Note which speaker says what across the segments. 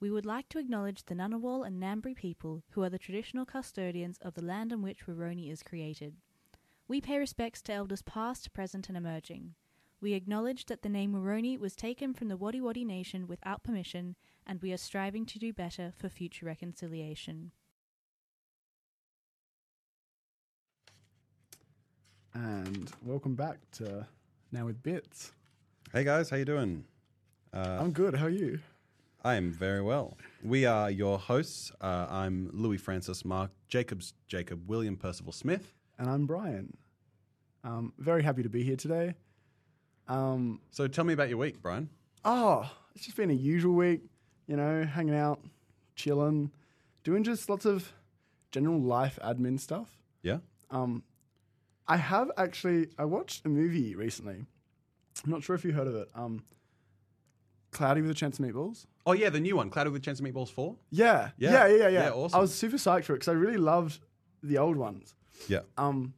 Speaker 1: we would like to acknowledge the Ngunnawal and Ngambri people, who are the traditional custodians of the land on which Waroni is created. We pay respects to elders past, present, and emerging. We acknowledge that the name Waroni was taken from the Wadi Wadi Nation without permission, and we are striving to do better for future reconciliation.
Speaker 2: And welcome back to Now with Bits.
Speaker 3: Hey guys, how you doing?
Speaker 2: I'm good. How are you?
Speaker 3: I am very well. We are your hosts. Uh, I'm Louis Francis Mark Jacobs Jacob William Percival Smith.
Speaker 2: And I'm Brian. Um, very happy to be here today. Um,
Speaker 3: So tell me about your week, Brian.
Speaker 2: oh, it's just been a usual week, you know, hanging out, chilling, doing just lots of general life admin stuff.
Speaker 3: Yeah,
Speaker 2: Um, I have actually I watched a movie recently. I'm not sure if you heard of it. Um, Cloudy with a Chance of Meatballs.
Speaker 3: Oh yeah, the new one, Clouded with Chance of Meatballs Four.
Speaker 2: Yeah,
Speaker 3: Yeah.
Speaker 2: yeah, yeah, yeah.
Speaker 3: Yeah,
Speaker 2: yeah.
Speaker 3: awesome.
Speaker 2: I was super psyched for it because I really loved the old ones.
Speaker 3: Yeah,
Speaker 2: Um,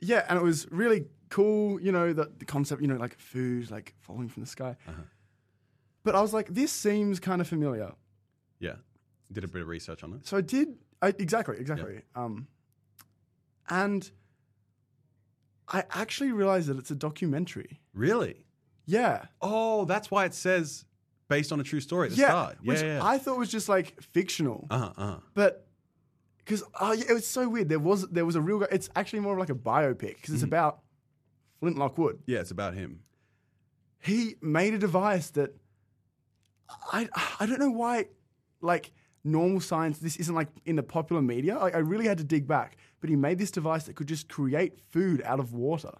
Speaker 2: yeah, and it was really cool. You know the, the concept. You know, like food, like falling from the sky.
Speaker 3: Uh-huh.
Speaker 2: But I was like, this seems kind of familiar.
Speaker 3: yeah. Did a bit of research on it.
Speaker 2: So I did I, exactly, exactly. Um, and I actually realized that it's a documentary.
Speaker 3: Really?
Speaker 2: Yeah,
Speaker 3: Oh, that's why it says based on a true story at the
Speaker 2: yeah,
Speaker 3: start. Yeah,
Speaker 2: which
Speaker 3: yeah.
Speaker 2: I thought was just like fictional,
Speaker 3: uh huh. Uh-huh.
Speaker 2: but because oh, yeah, it was so weird. There was there was a real. guy. It's actually more of like a biopic because it's about Flintlock Wood.
Speaker 3: Yeah, it's about him.
Speaker 2: He made a device that I I don't know why like normal science this isn't like in the popular media. Like I really had to dig back, but he made this device that could just create food out of water.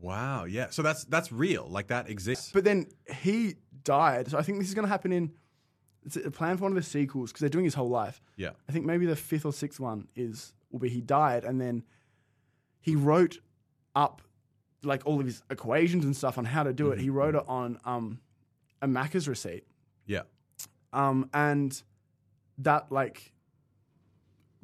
Speaker 3: Wow. Yeah. So that's that's real. Like that exists.
Speaker 2: But then he died. So I think this is going to happen in. It's a plan for one of the sequels because they're doing his whole life.
Speaker 3: yeah.
Speaker 2: I think maybe the fifth or sixth one is will be he died and then he wrote up like all of his equations and stuff on how to do it.
Speaker 3: Mm-hmm.
Speaker 2: He wrote it on um, a Macca's receipt,
Speaker 3: Yeah.
Speaker 2: um, and that like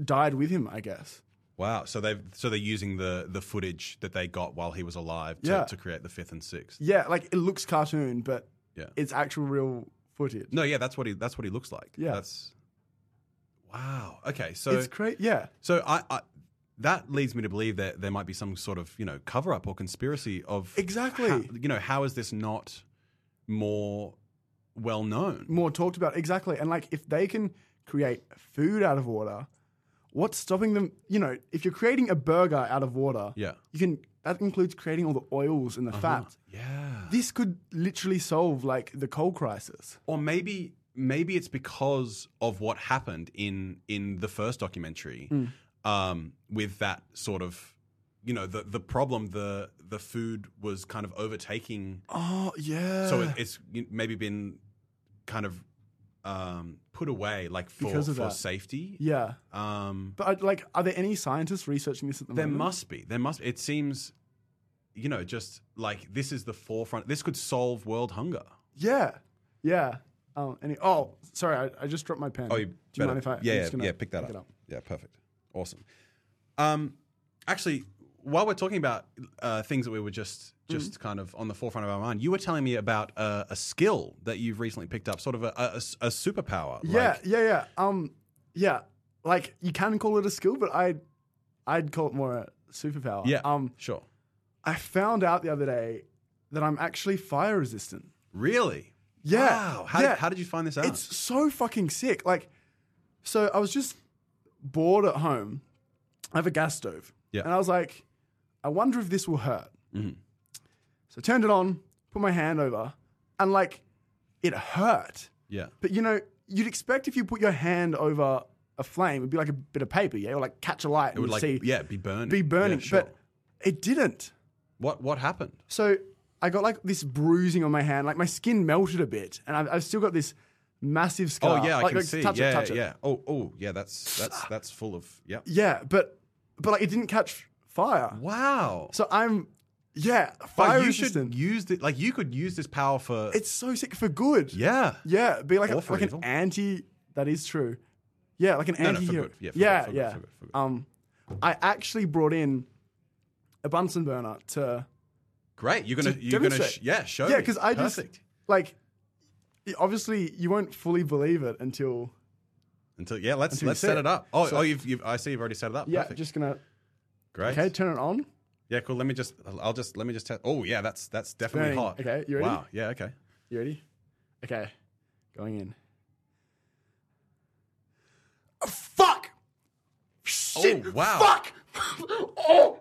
Speaker 2: died with him, I guess.
Speaker 3: Wow. So they've so they're using the the footage that they got while he was alive to,
Speaker 2: Yeah.
Speaker 3: to create the fifth and sixth.
Speaker 2: Yeah, like it looks cartoon, but
Speaker 3: Yeah.
Speaker 2: it's actual real footage.
Speaker 3: No, yeah, that's what he that's what he looks like.
Speaker 2: Yeah.
Speaker 3: That's Wow. Okay. So
Speaker 2: it's crazy. Yeah,
Speaker 3: so I, I that leads me to believe that there might be some sort of, you know, cover up or conspiracy of
Speaker 2: Exactly.
Speaker 3: how- you know, how is this not more well known?
Speaker 2: more talked about exactly and like if they can create food out of water what's stopping them you know if you're creating a burger out of water
Speaker 3: Yeah.
Speaker 2: you can that includes creating all the oils and the fats
Speaker 3: Yeah.
Speaker 2: this could literally solve like the coal crisis
Speaker 3: Or maybe maybe it's because of what happened in in the first documentary
Speaker 2: Mm.
Speaker 3: um, with that sort of you know the the problem the the food was kind of overtaking
Speaker 2: oh yeah
Speaker 3: so it, it's maybe been kind of um, put away like for,
Speaker 2: Because of
Speaker 3: for
Speaker 2: that.
Speaker 3: safety
Speaker 2: yeah
Speaker 3: um,
Speaker 2: but I'd- like are there any scientists researching this at the
Speaker 3: there
Speaker 2: moment
Speaker 3: must be there must it seems you know just like this is the forefront this could solve world hunger
Speaker 2: yeah yeah um, any, oh sorry I, I just dropped my pen
Speaker 3: Oh, you
Speaker 2: do you
Speaker 3: better-
Speaker 2: mind if I I'm
Speaker 3: Yeah, yeah,
Speaker 2: just gonna
Speaker 3: yeah, pick that
Speaker 2: it
Speaker 3: up. Yeah, perfect. Awesome. Um, actually, while we're talking about uh, things that we were just
Speaker 2: Mm.
Speaker 3: just kind of on the forefront of our mind, you were telling me about uh, a skill that you've recently picked up, sort of a, a- a s- a superpower.
Speaker 2: Yeah,
Speaker 3: like-
Speaker 2: yeah, yeah. Um, yeah. Like you can call it a skill, but I, would I'd call it more a superpower.
Speaker 3: yeah.
Speaker 2: Um,
Speaker 3: sure.
Speaker 2: I found out the other day that I'm actually fire resistant.
Speaker 3: Really?
Speaker 2: Yeah,
Speaker 3: Wow. How,
Speaker 2: yeah.
Speaker 3: Did, how did you find this out?
Speaker 2: It's so fucking sick. Like, so I was just bored at home. I have a gas stove.
Speaker 3: Yeah. Mm-hmm.
Speaker 2: And I was like, I wonder if this will hurt. So I turned it on, put my hand over, and like, it hurt.
Speaker 3: yeah.
Speaker 2: But you know, you'd expect if you put your hand over a flame, it'd be like a bit of paper, yeah, or like catch a light and
Speaker 3: It would
Speaker 2: you'd
Speaker 3: like
Speaker 2: see
Speaker 3: yeah be burning.
Speaker 2: be burning.
Speaker 3: Yeah, sure.
Speaker 2: But it didn't.
Speaker 3: what what happened?
Speaker 2: So I got like this bruising on my hand, like my skin melted a bit, and I've, I've still got this massive scar.
Speaker 3: oh yeah, I
Speaker 2: like,
Speaker 3: can
Speaker 2: like,
Speaker 3: see.
Speaker 2: Touch
Speaker 3: yeah,
Speaker 2: it, touch it.
Speaker 3: yeah. Oh oh yeah. That's that's that's full of yeah.
Speaker 2: Yeah, but but like it didn't catch fire.
Speaker 3: Wow.
Speaker 2: So I'm yeah
Speaker 3: But
Speaker 2: fire
Speaker 3: you
Speaker 2: resistant.
Speaker 3: should use it. Like you could use this power for.
Speaker 2: it's so sick for good.
Speaker 3: yeah.
Speaker 2: yeah. Be like a,
Speaker 3: Or for
Speaker 2: like an
Speaker 3: evil.
Speaker 2: anti. That is true. Yeah, like an
Speaker 3: no, for
Speaker 2: anti-hero.
Speaker 3: good. Yeah, for
Speaker 2: yeah,
Speaker 3: good, for good,
Speaker 2: yeah.
Speaker 3: for good, for good.
Speaker 2: Um, I actually brought in a Bunsen burner to
Speaker 3: Great. You're gonna
Speaker 2: To
Speaker 3: you're gonna sh-
Speaker 2: demonstrate.
Speaker 3: yeah show
Speaker 2: yeah
Speaker 3: me.
Speaker 2: because I just
Speaker 3: Perfect.
Speaker 2: like obviously you won't fully believe it until
Speaker 3: Until yeah, let's
Speaker 2: Until you
Speaker 3: let's
Speaker 2: see
Speaker 3: set
Speaker 2: it.
Speaker 3: it up. Oh,
Speaker 2: So-
Speaker 3: oh, you've, you've I see you've already set it up.
Speaker 2: yeah,
Speaker 3: Perfect.
Speaker 2: just gonna
Speaker 3: Great.
Speaker 2: okay, turn it on.
Speaker 3: Yeah, cool. Let me just I'll just let me just test. Oh yeah, that's that's definitely
Speaker 2: Burning.
Speaker 3: hot.
Speaker 2: Okay, you ready?
Speaker 3: Wow. Yeah. Okay.
Speaker 2: You ready? Okay, going in. Oh, fuck! Shit!
Speaker 3: Oh, wow.
Speaker 2: Fuck! oh!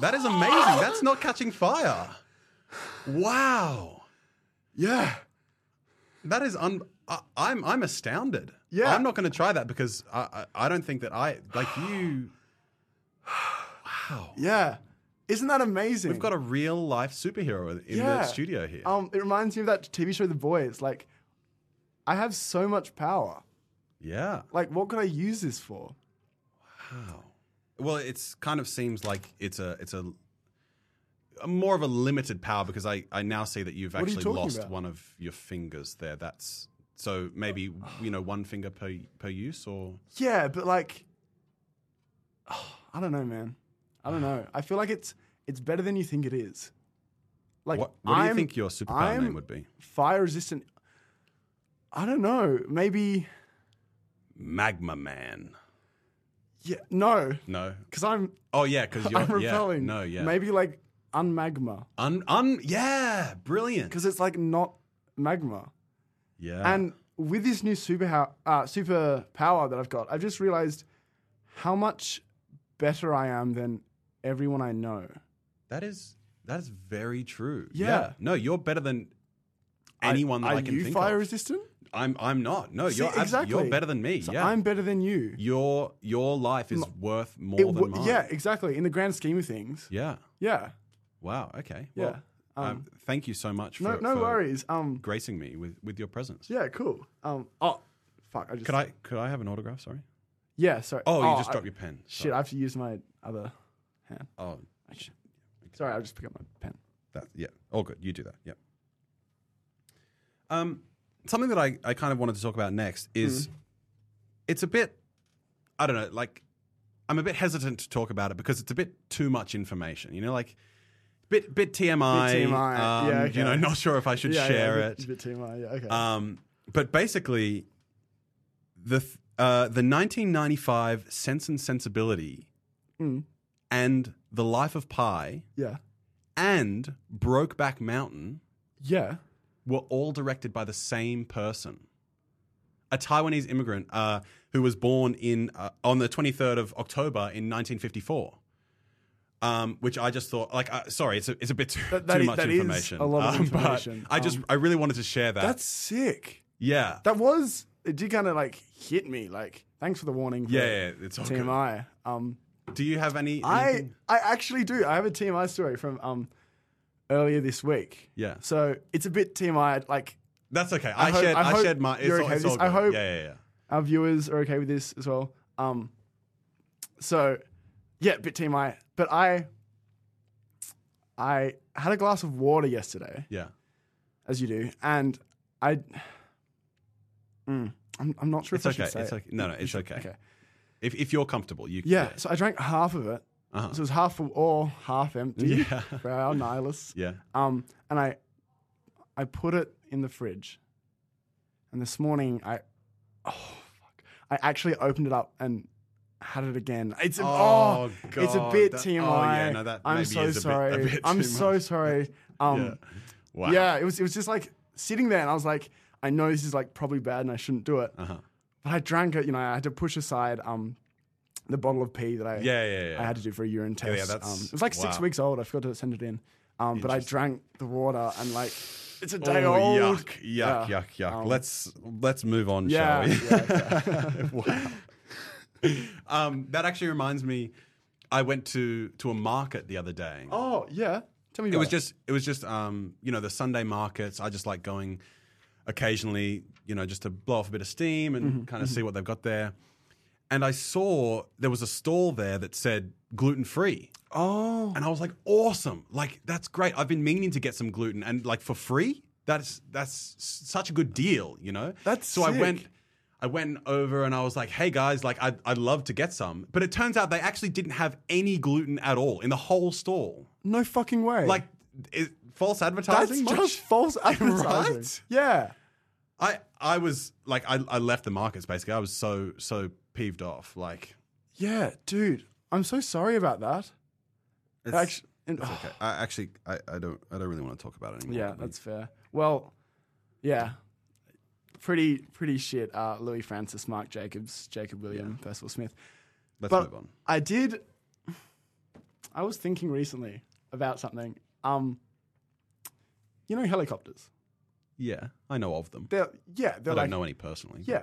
Speaker 3: That is amazing. That's not catching fire. Wow.
Speaker 2: Yeah.
Speaker 3: That is un. I, I'm I'm astounded.
Speaker 2: Yeah.
Speaker 3: I'm not going to try that because I, I I don't think that I like you. Wow.
Speaker 2: Yeah. Isn't that amazing?
Speaker 3: We've got a real life superhero in the studio here.
Speaker 2: Um, it reminds me of that TV show The Boys. Like, I have so much power.
Speaker 3: yeah.
Speaker 2: Like, what could I use this for?
Speaker 3: Wow. Well, it's kind of seems like it's a it's a, a more of a limited power because I I now see that you've
Speaker 2: are you
Speaker 3: actually
Speaker 2: talking
Speaker 3: lost
Speaker 2: about?
Speaker 3: one of your fingers there. That's so maybe you know one finger per per use or
Speaker 2: Yeah, but like, I don't know, man. I don't know. I feel like it's it's better than you think it is. Like,
Speaker 3: what, what do you
Speaker 2: I'm-
Speaker 3: think your superpower
Speaker 2: I'm
Speaker 3: name would be?
Speaker 2: Fire resistant. I don't know. Maybe.
Speaker 3: Magma Man.
Speaker 2: Yeah. No,
Speaker 3: No.
Speaker 2: because I'm
Speaker 3: Oh yeah, because you're
Speaker 2: I'm repelling.
Speaker 3: Yeah, no, yeah.
Speaker 2: Maybe like unmagma
Speaker 3: un un yeah, brilliant.
Speaker 2: because it's like not magma.
Speaker 3: Yeah.
Speaker 2: And with this new super uh, superpower that I've got, I've just realized how much better I am than everyone I know.
Speaker 3: that is that is very true.
Speaker 2: Yeah.
Speaker 3: No, you're better than anyone that
Speaker 2: are
Speaker 3: I can
Speaker 2: you
Speaker 3: think
Speaker 2: fire
Speaker 3: of.
Speaker 2: resistant?
Speaker 3: I'm I'm not. No,
Speaker 2: See,
Speaker 3: you're abs- you're
Speaker 2: exactly.
Speaker 3: better than me.
Speaker 2: So
Speaker 3: yeah.
Speaker 2: I'm better than you.
Speaker 3: your your life is worth more
Speaker 2: It
Speaker 3: than
Speaker 2: w-
Speaker 3: mine.
Speaker 2: yeah, exactly. In the grand scheme of things,
Speaker 3: Yeah.
Speaker 2: yeah,
Speaker 3: Wow. Okay.
Speaker 2: yeah.
Speaker 3: Well, um,
Speaker 2: Um,
Speaker 3: thank you so much for
Speaker 2: no, no
Speaker 3: for
Speaker 2: worries. Um,
Speaker 3: gracing me with with your presence.
Speaker 2: yeah, cool. Um, oh, fuck. I just
Speaker 3: Could I could I have an autograph? Sorry.
Speaker 2: Yeah, sorry.
Speaker 3: Oh, you just
Speaker 2: I-
Speaker 3: dropped your pen.
Speaker 2: Shit, I have to use my other hand.
Speaker 3: Oh,
Speaker 2: Sorry, I'll just pick up my pen.
Speaker 3: That yeah. All good. You do that. Yeah. Um, something that I, I kind of wanted to talk about next
Speaker 2: Hmm.
Speaker 3: is it's a bit I don't know, like I'm a bit hesitant to talk about it because it's a bit too much information. You know, like bit bit TMI.
Speaker 2: Bit TMI,
Speaker 3: Um,
Speaker 2: yeah,
Speaker 3: You know,
Speaker 2: okay.
Speaker 3: not sure if I should
Speaker 2: yeah,
Speaker 3: share
Speaker 2: yeah, a
Speaker 3: it.
Speaker 2: bit- a bit too much. Yeah, okay.
Speaker 3: Um, but basically, the th- uh, the 1995 Sense and Sensibility
Speaker 2: Mm.
Speaker 3: and The Life of Pi
Speaker 2: yeah.
Speaker 3: and Brokeback Mountain
Speaker 2: Yeah.
Speaker 3: were all directed by the same person, a Taiwanese immigrant uh, who was born in uh, on the 23rd of October in 1954. Um, which I just thought, like, uh, sorry, it's a, it's a bit too,
Speaker 2: That- that
Speaker 3: too
Speaker 2: is-
Speaker 3: much
Speaker 2: that is
Speaker 3: information.
Speaker 2: a lot of
Speaker 3: Um, but
Speaker 2: information.
Speaker 3: I just,
Speaker 2: Um,
Speaker 3: I really wanted to share that.
Speaker 2: That's sick.
Speaker 3: yeah,
Speaker 2: That was it did kind of like hit me. Like, thanks for the warning. For
Speaker 3: yeah, yeah, it's all good.
Speaker 2: TMI. Um
Speaker 3: Do you have any?
Speaker 2: I
Speaker 3: anything-
Speaker 2: I actually do. I have a TMI story from um earlier this week.
Speaker 3: Yeah.
Speaker 2: So it's a bit TMI like
Speaker 3: That's okay. I,
Speaker 2: hope-
Speaker 3: shared.
Speaker 2: I
Speaker 3: I,
Speaker 2: hope
Speaker 3: shared my. It's,
Speaker 2: you're
Speaker 3: all,
Speaker 2: okay
Speaker 3: it's
Speaker 2: with
Speaker 3: all
Speaker 2: this. I
Speaker 3: good.
Speaker 2: hope-
Speaker 3: Yeah, yeah, yeah.
Speaker 2: our viewers are okay with this as well. Um, so yeah, bit TMI. But I, I had a glass of water yesterday,
Speaker 3: Yeah.
Speaker 2: as you do, and I, Mm, I'm, I'm not sure
Speaker 3: It's
Speaker 2: if I should
Speaker 3: okay.
Speaker 2: say
Speaker 3: It's
Speaker 2: it.
Speaker 3: okay. No, no,
Speaker 2: You
Speaker 3: it's
Speaker 2: should-
Speaker 3: okay. If if you're comfortable, you.
Speaker 2: Yeah, so I drank half of it.
Speaker 3: Uh-huh.
Speaker 2: So it was half full or half empty
Speaker 3: Yeah.
Speaker 2: for our nihilists.
Speaker 3: Yeah.
Speaker 2: Um, and I, I put it in the fridge. And this morning, I, oh fuck, I actually opened it up and had it again. It's oh,
Speaker 3: Oh,
Speaker 2: it's a
Speaker 3: God,
Speaker 2: bit
Speaker 3: that- oh,
Speaker 2: TMI.
Speaker 3: yeah, no, that
Speaker 2: I'm
Speaker 3: maybe
Speaker 2: so
Speaker 3: is a bit- a
Speaker 2: sorry.
Speaker 3: bit
Speaker 2: I'm
Speaker 3: too
Speaker 2: so
Speaker 3: much.
Speaker 2: sorry. Um,
Speaker 3: Yeah.
Speaker 2: yeah.
Speaker 3: Wow.
Speaker 2: it was it was just like sitting there, and I was like, I know this is like probably bad, and I shouldn't do it.
Speaker 3: Uh-huh.
Speaker 2: But I drank it. You know, I had to push aside um, the bottle of pee that I
Speaker 3: Yeah, yeah, yeah.
Speaker 2: I had to do for a urine test.
Speaker 3: yeah, that's-
Speaker 2: um, it was like six
Speaker 3: wow.
Speaker 2: weeks old. I forgot to send it in. Um, but I drank the water and like it's a
Speaker 3: Oh,
Speaker 2: day old.
Speaker 3: yuck! Yuck!
Speaker 2: Yeah.
Speaker 3: Yuck! Yuck!
Speaker 2: Um,
Speaker 3: let's let's move on,
Speaker 2: Yeah.
Speaker 3: shall we?
Speaker 2: yeah, okay.
Speaker 3: wow. um, that actually reminds me. I went to to a market the other day.
Speaker 2: oh yeah. Tell me.
Speaker 3: it
Speaker 2: about
Speaker 3: was just it was just um you know the sunday markets i just like going occasionally you know just to blow off a bit of steam
Speaker 2: Mm-hmm,
Speaker 3: and kind of see what they've got there and i saw there was a stall there that said gluten free
Speaker 2: Oh.
Speaker 3: and i was like awesome like that's great i've been meaning to get some gluten and like for free that's that's s- such a good deal you know
Speaker 2: That's
Speaker 3: so i went
Speaker 2: sick.
Speaker 3: I went over and I was like, "Hey guys, like I'd, I'd love to get some," but it turns out they actually didn't have any gluten at all in the whole stall.
Speaker 2: No fucking way.
Speaker 3: Like is false
Speaker 2: that's
Speaker 3: advertising?
Speaker 2: just
Speaker 3: much?
Speaker 2: false advertising.
Speaker 3: Right?
Speaker 2: Yeah.
Speaker 3: I I was like I, I left the markets basically. I was so so peeved off. Like
Speaker 2: Yeah, dude, I'm so sorry about that.
Speaker 3: it's,
Speaker 2: Actually, oh, and,
Speaker 3: it's okay. I actually I, I don't I don't really want to talk about it anymore.
Speaker 2: yeah, that's fair. Well, yeah, pretty pretty shit. Uh, Louis Francis, Mark Jacobs, Jacob William, Percival Smith.
Speaker 3: let's
Speaker 2: but-
Speaker 3: move on.
Speaker 2: I did. I was thinking recently about something. Um, you know helicopters.
Speaker 3: Yeah, I know of them.
Speaker 2: They're yeah. They're
Speaker 3: I don't
Speaker 2: like
Speaker 3: know any personally.
Speaker 2: yeah,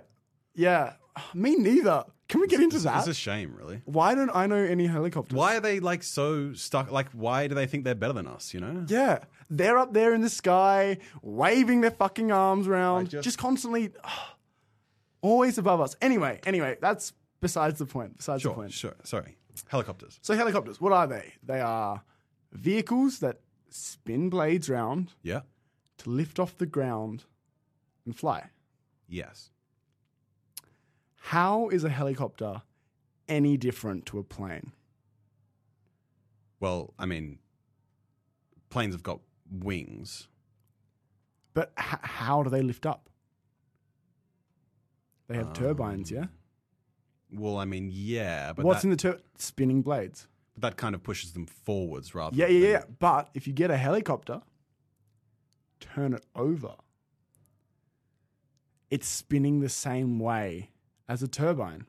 Speaker 2: yeah. Me neither. Can we get into that?
Speaker 3: It's a shame, really.
Speaker 2: Why don't I know any helicopters?
Speaker 3: Why are they like so stuck? Like, why do they think they're better than us? You know?
Speaker 2: Yeah, they're up there in the sky, waving their fucking arms around,
Speaker 3: just-
Speaker 2: just, constantly, always above us. Anyway, anyway, that's besides the point. Besides the
Speaker 3: Sure,
Speaker 2: point.
Speaker 3: sure. Sorry, helicopters.
Speaker 2: So helicopters, what are they? They are vehicles that spin blades round
Speaker 3: Yeah.
Speaker 2: to lift off the ground and fly.
Speaker 3: Yes.
Speaker 2: How is a helicopter any different to a plane?
Speaker 3: Well, I mean, planes have got wings.
Speaker 2: But h- how do they lift up? They have turbines, yeah.
Speaker 3: Well, I mean, yeah, Um, but
Speaker 2: What's
Speaker 3: that,
Speaker 2: in the tur- spinning blades?
Speaker 3: that kind of pushes them forwards rather.
Speaker 2: Yeah,
Speaker 3: than,
Speaker 2: yeah, yeah. But if you get a helicopter, turn it over. It's spinning the same way as a turbine.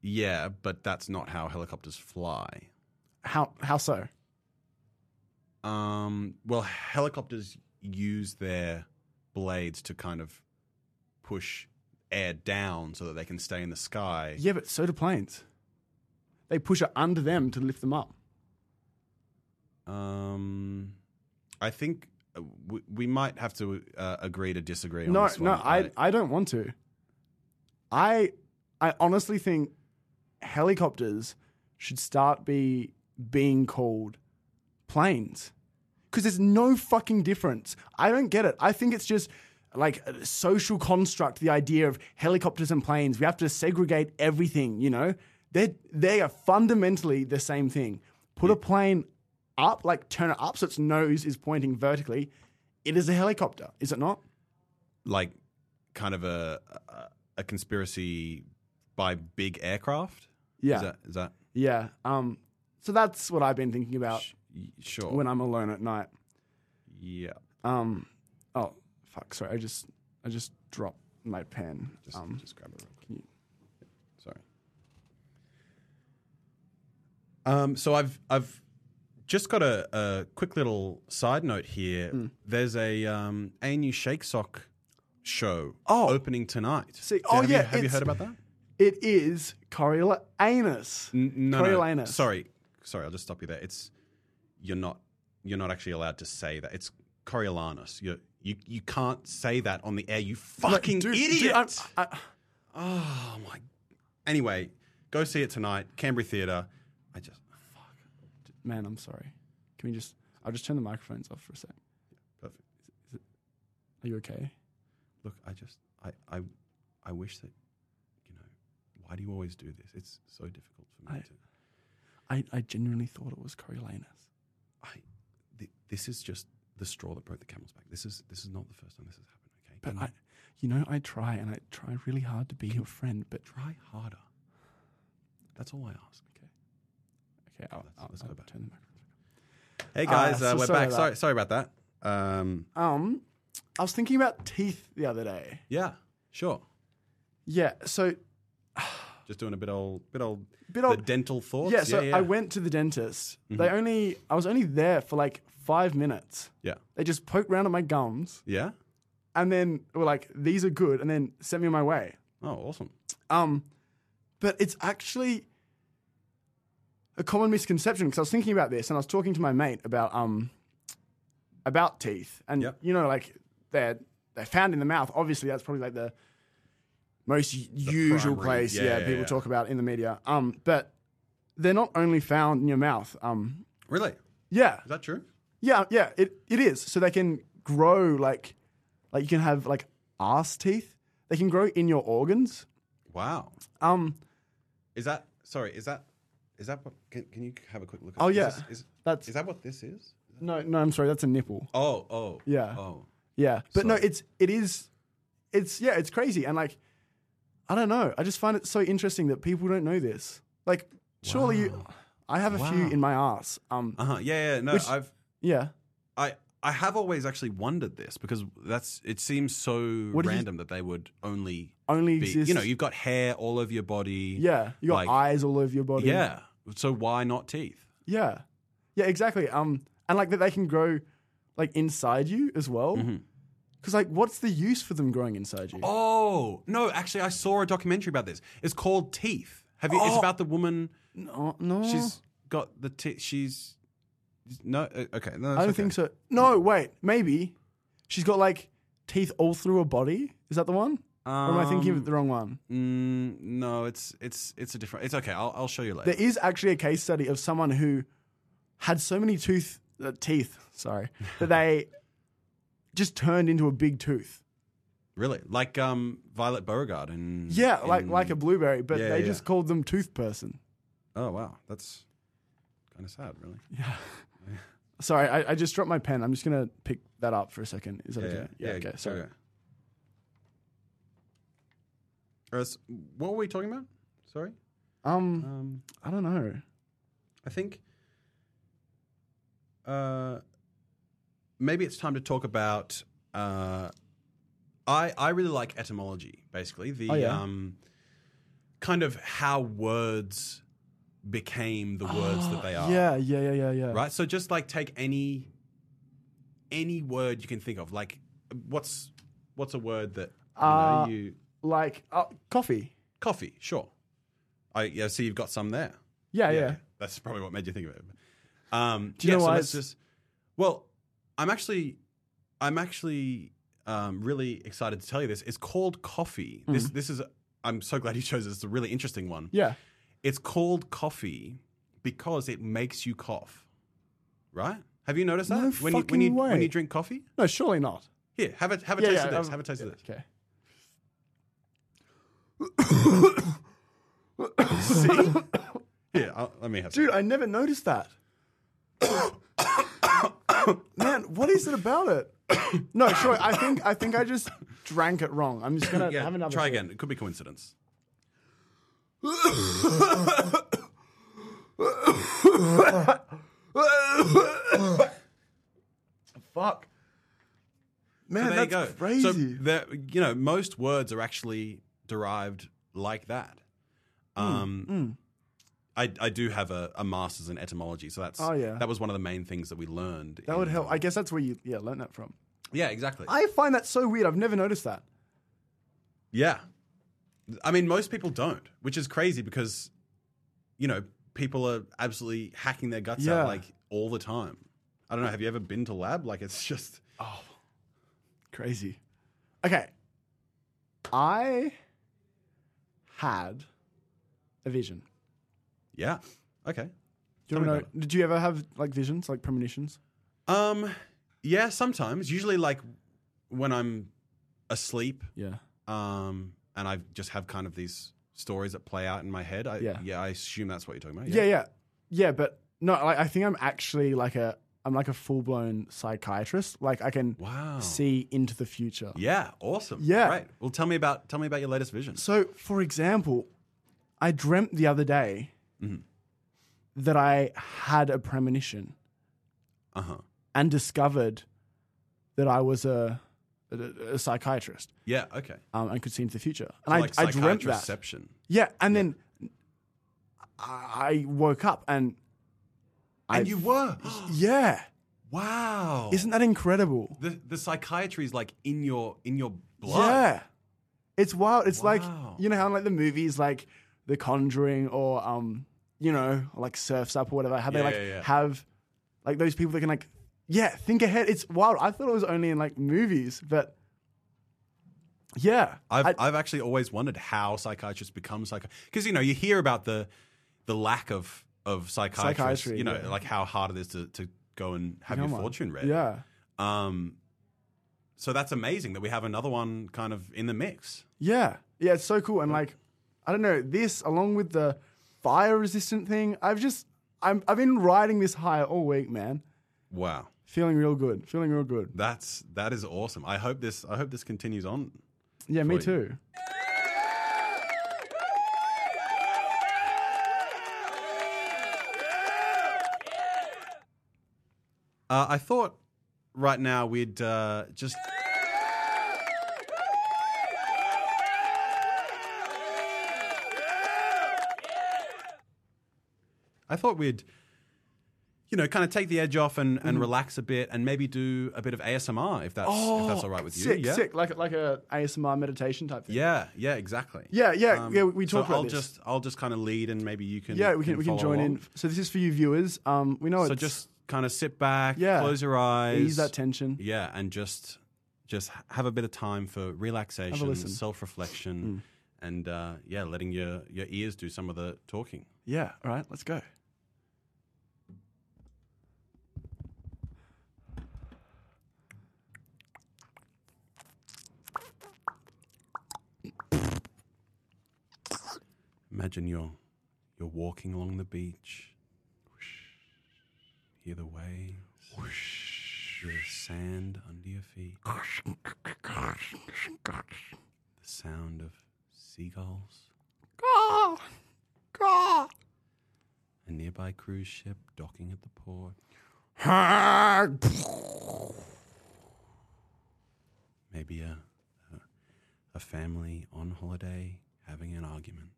Speaker 3: Yeah, but that's not how helicopters fly.
Speaker 2: How how so?
Speaker 3: Um, well, helicopters use their blades to kind of push air down so that they can stay in the sky.
Speaker 2: Yeah, but so do planes. They push it under them to lift them up.
Speaker 3: Um, I think uh, we, we might have to uh, agree to disagree on
Speaker 2: no,
Speaker 3: this
Speaker 2: no,
Speaker 3: one.
Speaker 2: I, I don't want to. I I honestly think helicopters should start be being called planes because there's no fucking difference. I don't get it. I think it's just like a social construct. The idea of helicopters and planes, we have to segregate everything. You know, they they are fundamentally the same thing. Put a plane up, like turn it up, so its nose is pointing vertically. It is a helicopter, is it not?
Speaker 3: like kind of a a- a conspiracy by big aircraft.
Speaker 2: Yeah.
Speaker 3: is that, is that
Speaker 2: Yeah. Um, so that's what I've been thinking about
Speaker 3: y- sure?
Speaker 2: when I'm alone at night.
Speaker 3: yeah,
Speaker 2: Um, oh fuck! Sorry, I just I just dropped my pen.
Speaker 3: just,
Speaker 2: um,
Speaker 3: just grab it. Real quick.
Speaker 2: you-
Speaker 3: Sorry. Um, so I've I've just got a, a quick little side note here.
Speaker 2: Hmm.
Speaker 3: There's a um, ANU Shake Sock show
Speaker 2: Oh.
Speaker 3: opening tonight.
Speaker 2: See- oh,
Speaker 3: have
Speaker 2: yeah,
Speaker 3: you, have you
Speaker 2: it's-
Speaker 3: heard about that?
Speaker 2: it is Coriolanus.
Speaker 3: N- no, no.
Speaker 2: Coriolanus.
Speaker 3: Sorry, sorry. I'll just stop you there. It's you're not you're not actually allowed to say that. It's Coriolanus. You you you can't say that on the air. You fucking
Speaker 2: Dude, dude,
Speaker 3: idiot.
Speaker 2: I'm- I-
Speaker 3: oh my. Anyway, go see it tonight, Canberra Theatre. I just
Speaker 2: man, I'm sorry. Can we just? I'll just turn the microphones off for a sec.
Speaker 3: perfect.
Speaker 2: Are you okay?
Speaker 3: Look, I just I I I wish that you know. Why do you always do this? It's so difficult for me
Speaker 2: I-
Speaker 3: to.
Speaker 2: I, I genuinely thought it was Coriolanus.
Speaker 3: I th- this is just the straw that broke the camel's back. This is this is not the first time this has happened. Okay,
Speaker 2: But
Speaker 3: Can
Speaker 2: I, you know, I try and I try really hard to be your friend. But
Speaker 3: Try harder. That's all I ask.
Speaker 2: okay, I'll,
Speaker 3: Let's-
Speaker 2: I'll,
Speaker 3: let's
Speaker 2: I'll
Speaker 3: go back.
Speaker 2: turn the microphone.
Speaker 3: Hey
Speaker 2: Ah,
Speaker 3: guys, uh,
Speaker 2: so
Speaker 3: we're
Speaker 2: sorry
Speaker 3: back.
Speaker 2: about
Speaker 3: Sorry, sorry about that. Um,
Speaker 2: Um, I was thinking about teeth the other day.
Speaker 3: yeah, sure.
Speaker 2: Yeah, so
Speaker 3: Just doing a bit old, bit old,
Speaker 2: Bit
Speaker 3: the
Speaker 2: old-
Speaker 3: dental thoughts.
Speaker 2: Yeah, Mm-hmm. so I went to the dentist. They only I was only there for like five minutes.
Speaker 3: Yeah,
Speaker 2: They just poked around at my gums
Speaker 3: yeah.
Speaker 2: and then were like, these are good, and then sent me on my way.
Speaker 3: Oh, awesome.
Speaker 2: Um, but it's actually a common misconception because I was thinking about this and I was talking to my mate about um about teeth and
Speaker 3: Yep.
Speaker 2: you know like they're they're found in the mouth. Obviously, that's probably like the most usual
Speaker 3: primary-
Speaker 2: place
Speaker 3: yeah,
Speaker 2: yeah,
Speaker 3: yeah,
Speaker 2: people
Speaker 3: yeah.
Speaker 2: talk about in the media. Um, but they're not only found in your mouth. Um,
Speaker 3: Really? Is
Speaker 2: yeah,
Speaker 3: that true?
Speaker 2: yeah, yeah. It it is. So they can grow like like you can have like ass teeth. They can grow in your organs.
Speaker 3: Wow.
Speaker 2: Um.
Speaker 3: Is that sorry? Is that is that what? Can, can you have a quick look? at
Speaker 2: Oh,
Speaker 3: is
Speaker 2: yeah.
Speaker 3: this- is,
Speaker 2: That's
Speaker 3: is that what this is?
Speaker 2: No, no, I'm sorry. That's a nipple.
Speaker 3: Oh, oh,
Speaker 2: Yeah.
Speaker 3: Oh,
Speaker 2: Yeah, but no,
Speaker 3: So-
Speaker 2: it's it is, it's yeah, it's crazy, and like, I don't know, I just find it so interesting that people don't know this. Like, surely you, I have a few
Speaker 3: Wow.
Speaker 2: in my ass. Um,
Speaker 3: Uh huh. Yeah, yeah. No,
Speaker 2: Which-
Speaker 3: I've
Speaker 2: yeah.
Speaker 3: I I have always actually wondered this because that's it seems so
Speaker 2: What if you-
Speaker 3: random that they would only
Speaker 2: Only
Speaker 3: be
Speaker 2: exists.
Speaker 3: you know you've got hair all over your body.
Speaker 2: yeah, you got
Speaker 3: like-
Speaker 2: eyes all over your body.
Speaker 3: Yeah. So why not teeth?
Speaker 2: yeah, yeah, exactly. Um, and like that they can grow, like inside you as well. Because like, what's the use for them growing inside you?
Speaker 3: Mm-hmm. Oh no! Actually, I saw a documentary about this. It's called Teeth. Have you? It's
Speaker 2: Oh.
Speaker 3: about the woman.
Speaker 2: No, no,
Speaker 3: She's got the teeth. She's no. uh, Okay. No,
Speaker 2: I don't think so. No, wait, maybe she's got like teeth all through her body. Is that the one? or am I thinking
Speaker 3: Um,
Speaker 2: of the wrong one?
Speaker 3: Mm, no, it's it's it's a different. It's okay. I'll I'll show you later.
Speaker 2: There is actually a case study of someone who had so many tooth uh, teeth, sorry, that they just turned into a big tooth.
Speaker 3: really, like um Violet Beauregard and
Speaker 2: Yeah, like like a blueberry, but
Speaker 3: Mm. Yeah,
Speaker 2: they
Speaker 3: yeah,
Speaker 2: just
Speaker 3: yeah.
Speaker 2: called them tooth person.
Speaker 3: oh wow, that's kind of sad, really.
Speaker 2: Sorry, I, I just dropped my pen. I'm just gonna pick that up for a second. Is that
Speaker 3: Yeah,
Speaker 2: okay?
Speaker 3: yeah, yeah,
Speaker 2: okay. Sorry.
Speaker 3: Uh, s- What were we talking about? Sorry.
Speaker 2: Um,
Speaker 3: Um,
Speaker 2: I don't know.
Speaker 3: I think uh, maybe it's time to talk about. Uh, I I really like etymology, basically the
Speaker 2: Oh, yeah.
Speaker 3: um, kind of how words became the words that they are.
Speaker 2: Yeah, yeah, yeah, yeah, yeah.
Speaker 3: Right. So just like take any any word you can think of. Like what's what's a word that you, know,
Speaker 2: Uh,
Speaker 3: you-
Speaker 2: Like uh, coffee.
Speaker 3: coffee? Sure. I yeah. So you've got some there.
Speaker 2: Yeah, yeah.
Speaker 3: That's probably what made you think of it. Um,
Speaker 2: Do you
Speaker 3: yeah,
Speaker 2: know
Speaker 3: so
Speaker 2: why
Speaker 3: let's
Speaker 2: it's-
Speaker 3: just. Well, I'm actually, I'm actually um, really excited to tell you this. It's called coffee. This this is. I'm so glad you chose this. It's a really interesting one.
Speaker 2: Mm-hmm. Yeah.
Speaker 3: It's called coffee because it makes you cough. Right? Have you noticed that
Speaker 2: No
Speaker 3: when you when
Speaker 2: fucking
Speaker 3: you when
Speaker 2: way.
Speaker 3: you drink coffee?
Speaker 2: No, surely not.
Speaker 3: Here, have a have a
Speaker 2: Yeah,
Speaker 3: taste
Speaker 2: yeah,
Speaker 3: of this.
Speaker 2: um,
Speaker 3: have a taste of this.
Speaker 2: Okay.
Speaker 3: Here, I'll, let me have.
Speaker 2: Dude, I never noticed that. Man, what is it about it? No, sure. I think I think I just drank it wrong. I'm just gonna
Speaker 3: some. yeah,
Speaker 2: have another.
Speaker 3: try
Speaker 2: sip.
Speaker 3: again. It could be coincidence.
Speaker 2: Fuck. Man,
Speaker 3: So there
Speaker 2: that's
Speaker 3: you go.
Speaker 2: crazy.
Speaker 3: So there, you know, most words are actually derived like that.
Speaker 2: Hmm,
Speaker 3: Um, I, I do have a, a master's in etymology, so that's
Speaker 2: Oh, yeah.
Speaker 3: that was one of the main things that we learned.
Speaker 2: that would help. I guess that's where you yeah learn that from.
Speaker 3: Yeah, exactly.
Speaker 2: I find that so weird. I've never noticed that.
Speaker 3: yeah, I mean, most people don't, which is crazy because you know people are absolutely hacking their guts
Speaker 2: Yeah.
Speaker 3: out like all the time. I don't know. Have you ever been to lab? Like, it's just
Speaker 2: Crazy. Okay. I had a vision.
Speaker 3: yeah. Okay.
Speaker 2: Do you
Speaker 3: Tell me
Speaker 2: ever
Speaker 3: about
Speaker 2: know? Did you ever have like visions, like premonitions?
Speaker 3: Um, yeah, sometimes. Usually, like when I'm asleep,
Speaker 2: Yeah.
Speaker 3: um, and I just have kind of these stories that play out in my head. I, yeah,
Speaker 2: Yeah.
Speaker 3: I assume that's what you're talking about.
Speaker 2: Yeah, yeah, yeah. But no, like, I think I'm actually like a I'm like a full blown psychiatrist. Like I can
Speaker 3: Wow.
Speaker 2: see into the future.
Speaker 3: Yeah. Awesome.
Speaker 2: Yeah.
Speaker 3: Right. Well, tell me about tell me about your latest vision.
Speaker 2: So, for example, I dreamt the other day
Speaker 3: Mm-hmm.
Speaker 2: that I had a premonition
Speaker 3: Uh huh.
Speaker 2: and discovered that I was a a, a psychiatrist
Speaker 3: Yeah. Okay.
Speaker 2: um, and could see into the future.
Speaker 3: So,
Speaker 2: And
Speaker 3: like
Speaker 2: I, I dreamt that.
Speaker 3: psychiatriception.
Speaker 2: Yeah, and then I I woke up and
Speaker 3: And
Speaker 2: I-
Speaker 3: you were.
Speaker 2: yeah,
Speaker 3: wow.
Speaker 2: isn't that incredible?
Speaker 3: the the psychiatry is like in your in your blood?
Speaker 2: Yeah. It's wild. It's
Speaker 3: Wow.
Speaker 2: like you know how in, like the movies like The Conjuring or um you know like Surfs Up or whatever how they
Speaker 3: Yeah,
Speaker 2: like
Speaker 3: yeah, yeah.
Speaker 2: have like those people that can like yeah think ahead. It's wild. I thought it was only in like movies, but yeah,
Speaker 3: I've
Speaker 2: I-
Speaker 3: I, have actually always wondered how psychiatrists become psych because you know you hear about the the lack of of psychiatrists,
Speaker 2: Psychiatry,
Speaker 3: you know,
Speaker 2: yeah.
Speaker 3: like how hard it is to, to go and have
Speaker 2: Become
Speaker 3: your
Speaker 2: one.
Speaker 3: fortune read.
Speaker 2: yeah.
Speaker 3: Um, so that's amazing that we have another one kind of in the mix.
Speaker 2: Yeah. Yeah, it's so cool. And like, I don't know, this along with the fire resistant thing, I've just I'm I've been riding this high all week, man.
Speaker 3: Wow.
Speaker 2: Feeling real good. Feeling real good.
Speaker 3: That's that is awesome. I hope this I hope this continues on.
Speaker 2: Yeah, me
Speaker 3: For you.
Speaker 2: too.
Speaker 3: Uh, I thought right now we'd uh, just I thought we'd you know kind of take the edge off and,
Speaker 2: Mm-hmm.
Speaker 3: and relax a bit and maybe do a bit of ASMR if that's if that's all right with you.
Speaker 2: Oh, Sick,
Speaker 3: yeah.
Speaker 2: sick. Like like a ASMR meditation type thing.
Speaker 3: Yeah, yeah, exactly. Um,
Speaker 2: Yeah, yeah, yeah, we
Speaker 3: so
Speaker 2: talked about
Speaker 3: I'll
Speaker 2: this.
Speaker 3: just I'll just kind of lead and maybe you can
Speaker 2: Yeah, we can we can
Speaker 3: follow
Speaker 2: join in.
Speaker 3: along.
Speaker 2: So this is for you viewers. Um, we know
Speaker 3: So
Speaker 2: it's
Speaker 3: just e- kind of sit back,
Speaker 2: Yeah.
Speaker 3: close your eyes,
Speaker 2: ease that tension.
Speaker 3: yeah, and just just have a bit of time for relaxation,
Speaker 2: listen.
Speaker 3: self reflection, and uh, yeah, letting your your ears do some of the talking.
Speaker 2: Yeah. All right. Let's go.
Speaker 3: Imagine you're you're walking along the beach. Hear the waves. The sand under your feet. The sound of seagulls.
Speaker 2: Oh,
Speaker 3: A nearby cruise ship docking at the port. Maybe a, a, a family on holiday having an argument.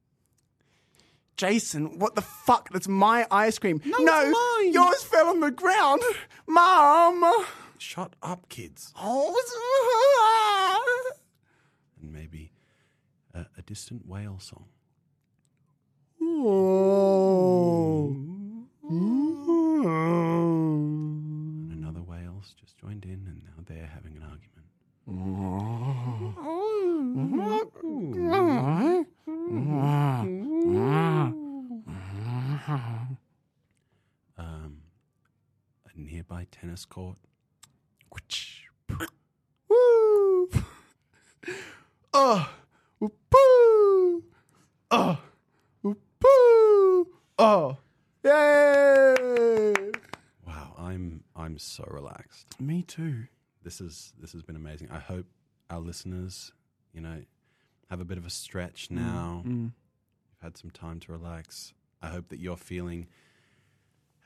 Speaker 2: Jason, what the fuck? That's my ice cream. No,
Speaker 3: mine.
Speaker 2: yours fell on the ground, Mom.
Speaker 3: Shut up, kids.
Speaker 2: Oh.
Speaker 3: And maybe a, a distant whale song.
Speaker 2: Oh.
Speaker 3: And another whale's just joined in, and now they're having an argument. Um, a nearby tennis court.
Speaker 2: Woo! Oh! Whoop-oo! Oh! Whoop-oo! Oh! Yay!
Speaker 3: Wow, I'm I'm so relaxed.
Speaker 2: Me too.
Speaker 3: this is this has been amazing. I hope our listeners, you know, have a bit of a stretch now.
Speaker 2: Mm.
Speaker 3: You've had some time to relax. I hope that you're feeling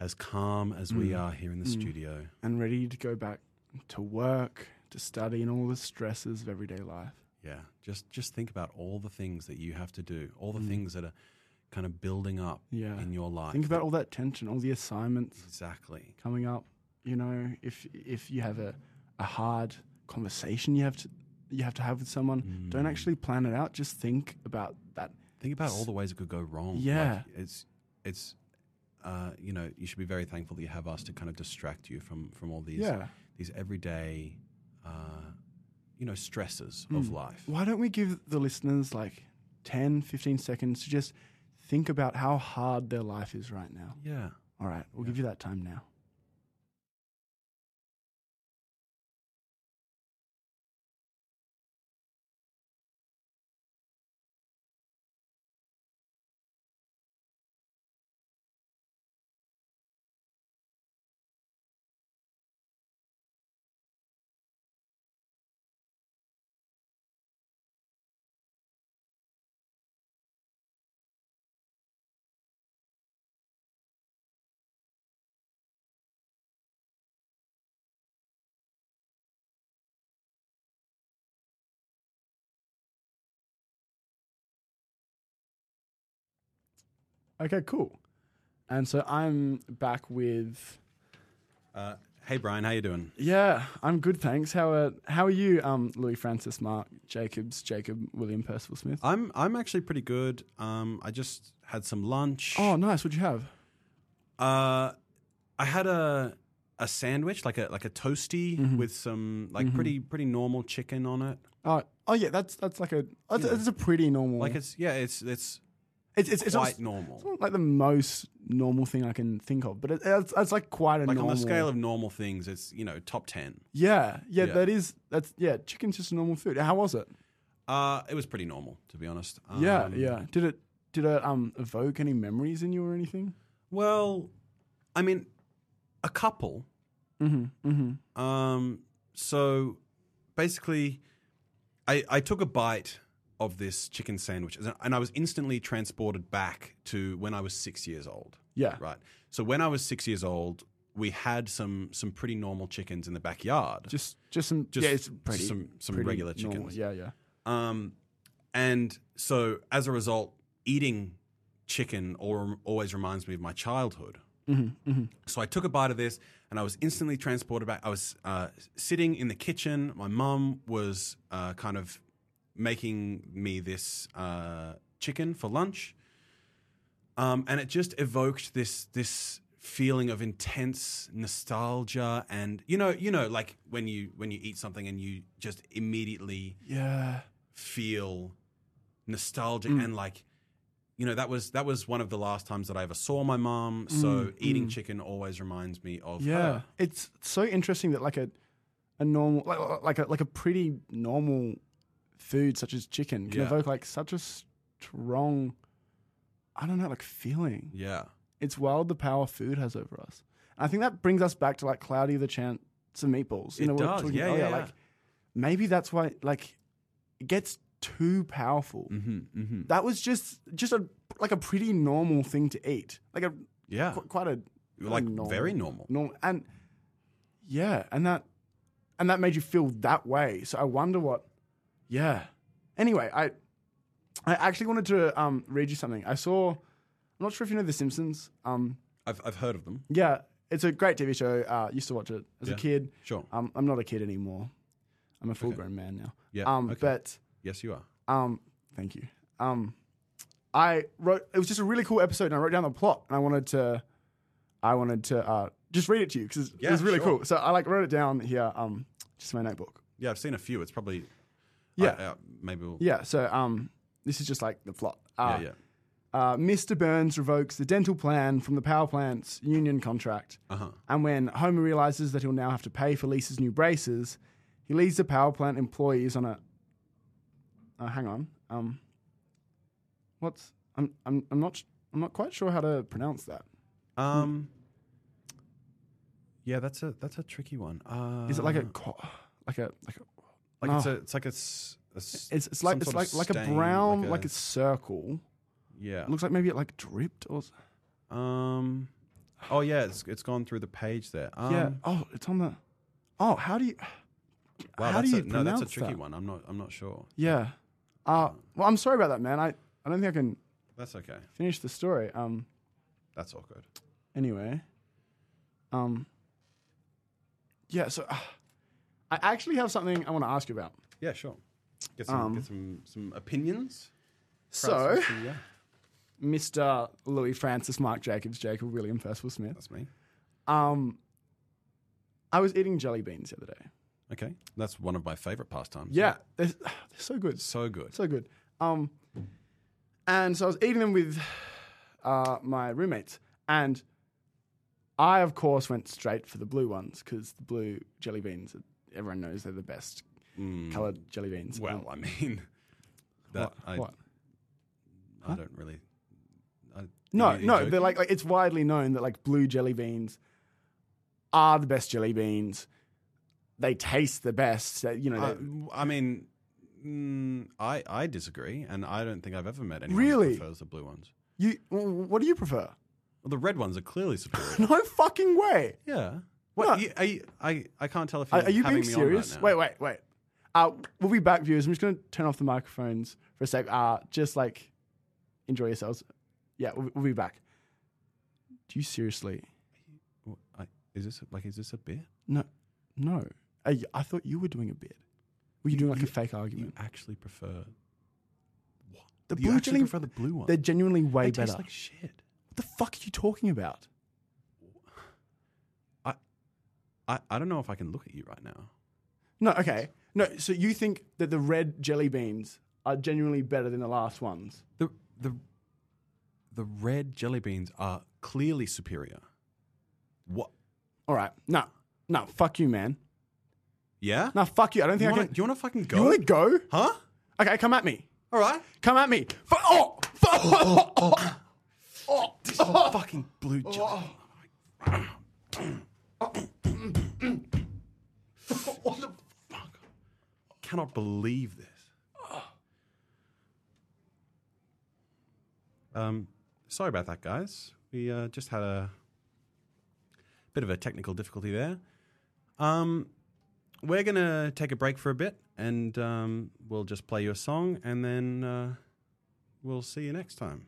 Speaker 3: as calm as we are here in the studio.
Speaker 2: And ready to go back to work, to study, and all the stresses of everyday life.
Speaker 3: Yeah. Just just think about all the things that you have to do, all the things that are kind of building up
Speaker 2: Yeah.
Speaker 3: in your life.
Speaker 2: Think about all that tension, all the assignments
Speaker 3: exactly.
Speaker 2: coming up. You know, if if you have a, a hard conversation you have to you have to have with someone, don't actually plan it out. Just think about that
Speaker 3: Think about all the ways it could go wrong.
Speaker 2: Yeah.
Speaker 3: Like, it's it's uh, you know, you should be very thankful that you have us to kind of distract you from from all these
Speaker 2: Yeah.
Speaker 3: these everyday uh, you know, stresses
Speaker 2: Hmm.
Speaker 3: of life.
Speaker 2: Why don't we give the listeners like 10, 15 seconds to just think about how hard their life is right now?
Speaker 3: Yeah.
Speaker 2: All right, we'll give you that time now. Okay, cool. And so I'm back with
Speaker 3: Uh, hey Brian, how you doing?
Speaker 2: yeah, I'm good, thanks. How are how are you, um, Louis Francis, Mark Jacobs, Jacob William Percival Smith?
Speaker 3: I'm I'm actually pretty good. Um, I just had some lunch.
Speaker 2: Oh, nice. What'd you have?
Speaker 3: Uh, I had a a sandwich, like a like a toasty
Speaker 2: Mm-hmm.
Speaker 3: with some like pretty pretty normal chicken on it.
Speaker 2: Oh, oh yeah, that's that's like a that's,
Speaker 3: Yeah.
Speaker 2: that's a pretty normal.
Speaker 3: Like it's yeah, it's it's
Speaker 2: it's it's, it's not-
Speaker 3: quite normal.
Speaker 2: it's not like the most normal thing I can think of, but it, it's, it's like quite a
Speaker 3: Like
Speaker 2: normal.
Speaker 3: on the scale of normal things, it's you know top ten.
Speaker 2: Yeah, yeah,
Speaker 3: Yeah.
Speaker 2: that is that's yeah. Chicken's just a normal food. How was it?
Speaker 3: Uh, it was pretty normal to be honest. Um,
Speaker 2: yeah, yeah. Did it did it um evoke any memories in you or anything?
Speaker 3: Well, I mean, a couple. Mm-hmm, Um, so basically, I, I took a bite of this chicken sandwich and and I was instantly transported back to when I was six years old.
Speaker 2: Yeah.
Speaker 3: Right. So when I was six years old, we had some some pretty normal chickens in the backyard.
Speaker 2: Just, just some,
Speaker 3: Just
Speaker 2: yeah, it's pretty,
Speaker 3: some- some
Speaker 2: pretty
Speaker 3: regular
Speaker 2: normal.
Speaker 3: chickens.
Speaker 2: Yeah, yeah.
Speaker 3: Um, and so as a result, eating chicken al- always reminds me of my childhood.
Speaker 2: Mm-hmm.
Speaker 3: So I took a bite of this and I was instantly transported back. I was uh, sitting in the kitchen. My mum was uh, kind of making me this uh, chicken for lunch. Um, and it just evoked this this feeling of intense nostalgia and you know you know like when you when you eat something and you just immediately
Speaker 2: Yeah.
Speaker 3: feel nostalgic and like you know that was that was one of the last times that I ever saw my mom. So eating chicken always reminds me of
Speaker 2: Yeah,
Speaker 3: her.
Speaker 2: it's so interesting that like a a normal like like a, like a pretty normal food such as chicken can
Speaker 3: Yeah.
Speaker 2: evoke like such a strong I don't know like feeling.
Speaker 3: Yeah,
Speaker 2: It's wild the power food has over us. And I think that brings us back to like Cloudy the Chance of Meatballs. You
Speaker 3: It
Speaker 2: know, we were
Speaker 3: does.
Speaker 2: talking
Speaker 3: Yeah,
Speaker 2: earlier,
Speaker 3: yeah, yeah.
Speaker 2: like maybe that's why like it gets too powerful.
Speaker 3: hmm hmm
Speaker 2: That was just just a like a pretty normal thing to eat. Like a
Speaker 3: yeah,
Speaker 2: qu- quite a
Speaker 3: like
Speaker 2: a normal-
Speaker 3: very normal.
Speaker 2: normal and yeah and that and that made you feel that way so i wonder what yeah anyway i i actually wanted to um read you something i saw i'm not sure if you know the simpsons um
Speaker 3: I've I've heard of them.
Speaker 2: yeah it's a great tv show uh used to watch it as
Speaker 3: Yeah.
Speaker 2: a kid
Speaker 3: Sure.
Speaker 2: um i'm not a kid anymore i'm a full grown man now
Speaker 3: Yeah,
Speaker 2: um
Speaker 3: okay.
Speaker 2: but
Speaker 3: Yes, you are.
Speaker 2: um, thank you. Um, I wrote. It was just a really cool episode, and I wrote down the plot, and I wanted to, I wanted to uh, just read it to you because it
Speaker 3: Yeah,
Speaker 2: was really
Speaker 3: sure.
Speaker 2: cool. So I like wrote it down here, um, just in my notebook.
Speaker 3: Yeah, I've seen a few. It's probably
Speaker 2: Yeah.
Speaker 3: I- I- maybe we'll,
Speaker 2: Yeah. So um, this is just like the plot. Uh,
Speaker 3: yeah, yeah.
Speaker 2: Uh, Mr. Burns revokes the dental plan from the power plant's union contract,
Speaker 3: Uh-huh.
Speaker 2: and when Homer realizes that he'll now have to pay for Lisa's new braces, he leads the power plant employees on a. Uh, hang on. Um, what's I'm I'm I'm not I'm not quite sure how to pronounce that.
Speaker 3: Um, yeah, that's a that's a tricky one. Uh, oh.
Speaker 2: Is it like a co- like a like a
Speaker 3: like it's
Speaker 2: no.
Speaker 3: a it's like a, s- a s-
Speaker 2: it's it's
Speaker 3: some
Speaker 2: like it's
Speaker 3: sort
Speaker 2: like
Speaker 3: of
Speaker 2: like a
Speaker 3: stain,
Speaker 2: brown like a, circle.
Speaker 3: yeah
Speaker 2: It looks like maybe it like dripped or s-
Speaker 3: Um. Oh yeah, it's it's gone through the page there. Um,
Speaker 2: yeah. Oh, it's on the. Oh, how do you?
Speaker 3: Wow,
Speaker 2: how
Speaker 3: that's
Speaker 2: do
Speaker 3: a,
Speaker 2: you
Speaker 3: no, that's a
Speaker 2: pronounce
Speaker 3: tricky
Speaker 2: that?
Speaker 3: one. I'm not I'm not sure.
Speaker 2: Yeah. Uh, well, I'm sorry about that, man. I, I don't think I can
Speaker 3: That's okay.
Speaker 2: finish the story. Um,
Speaker 3: That's awkward.
Speaker 2: anyway. Um, yeah, so uh, I actually have something I want to ask you about.
Speaker 3: Yeah, sure. Get some get some some opinions.
Speaker 2: Um, So,
Speaker 3: Perhaps some- yeah,
Speaker 2: Mr. Louis Francis Mark Jacobs, Jacob William Percival Smith.
Speaker 3: that's me.
Speaker 2: Um, I was eating jelly beans the other day.
Speaker 3: Okay, that's one of my favorite pastimes.
Speaker 2: Yeah, they're, they're so good.
Speaker 3: so good.
Speaker 2: So good. Um, and so I was eating them with uh, my roommates, and I, of course, went straight for the blue ones because the blue jelly beans, everyone knows they're the best
Speaker 3: Mm.
Speaker 2: coloured jelly beans.
Speaker 3: Well, I mean, that
Speaker 2: What?
Speaker 3: I,
Speaker 2: What?
Speaker 3: I don't really. I,
Speaker 2: No,
Speaker 3: you- you
Speaker 2: no,
Speaker 3: joking?
Speaker 2: they're like, like it's widely known that like blue jelly beans are the best jelly beans. They taste the best. They, you know,
Speaker 3: I,
Speaker 2: they're-
Speaker 3: I mean, mm, I I disagree, and I don't think I've ever met anyone
Speaker 2: Really?
Speaker 3: who prefers the blue ones.
Speaker 2: you. w- What do you prefer?
Speaker 3: Well, the red ones are clearly superior.
Speaker 2: No fucking way.
Speaker 3: Yeah.
Speaker 2: No.
Speaker 3: What? You, are you, I, I can't tell if you're
Speaker 2: Are, are you
Speaker 3: having
Speaker 2: being
Speaker 3: me
Speaker 2: serious?
Speaker 3: on right now.
Speaker 2: wait, wait, wait. Uh, we'll be back, viewers. I'm just going to turn off the microphones for a sec. Uh, just like enjoy yourselves. Yeah, we'll, we'll be back. Do you seriously?
Speaker 3: Wait. I, is this like is this a bit?
Speaker 2: No, no. Are you- I thought you were doing a bit. Were you doing like
Speaker 3: you-
Speaker 2: a fake
Speaker 3: You
Speaker 2: argument?
Speaker 3: actually prefer
Speaker 2: The
Speaker 3: you
Speaker 2: blue
Speaker 3: actually
Speaker 2: jelly,
Speaker 3: prefer the blue one?
Speaker 2: they're genuinely way
Speaker 3: they
Speaker 2: better.
Speaker 3: taste like shit.
Speaker 2: what the fuck are you talking about?
Speaker 3: I, I I don't know if I can look at you right now.
Speaker 2: No, okay. No, so you think that the red jelly beans are genuinely better than the last ones?
Speaker 3: The the the red jelly beans are clearly superior. What?
Speaker 2: All right. No, no, fuck you, man.
Speaker 3: Yeah.
Speaker 2: No, fuck you. I don't
Speaker 3: you
Speaker 2: think I
Speaker 3: wanna,
Speaker 2: can.
Speaker 3: do you want to fucking go?
Speaker 2: You want to go?
Speaker 3: huh?
Speaker 2: Okay, come at me.
Speaker 3: All right.
Speaker 2: Come at me. F- oh, f- oh, oh,
Speaker 3: Fucking blue jelly. what the fuck? Cannot believe this. Um, sorry about that, guys. We uh, just had a bit of a technical difficulty there. Um, we're gonna take a break for a bit, and um, we'll just play you a song, and then uh, we'll see you next time.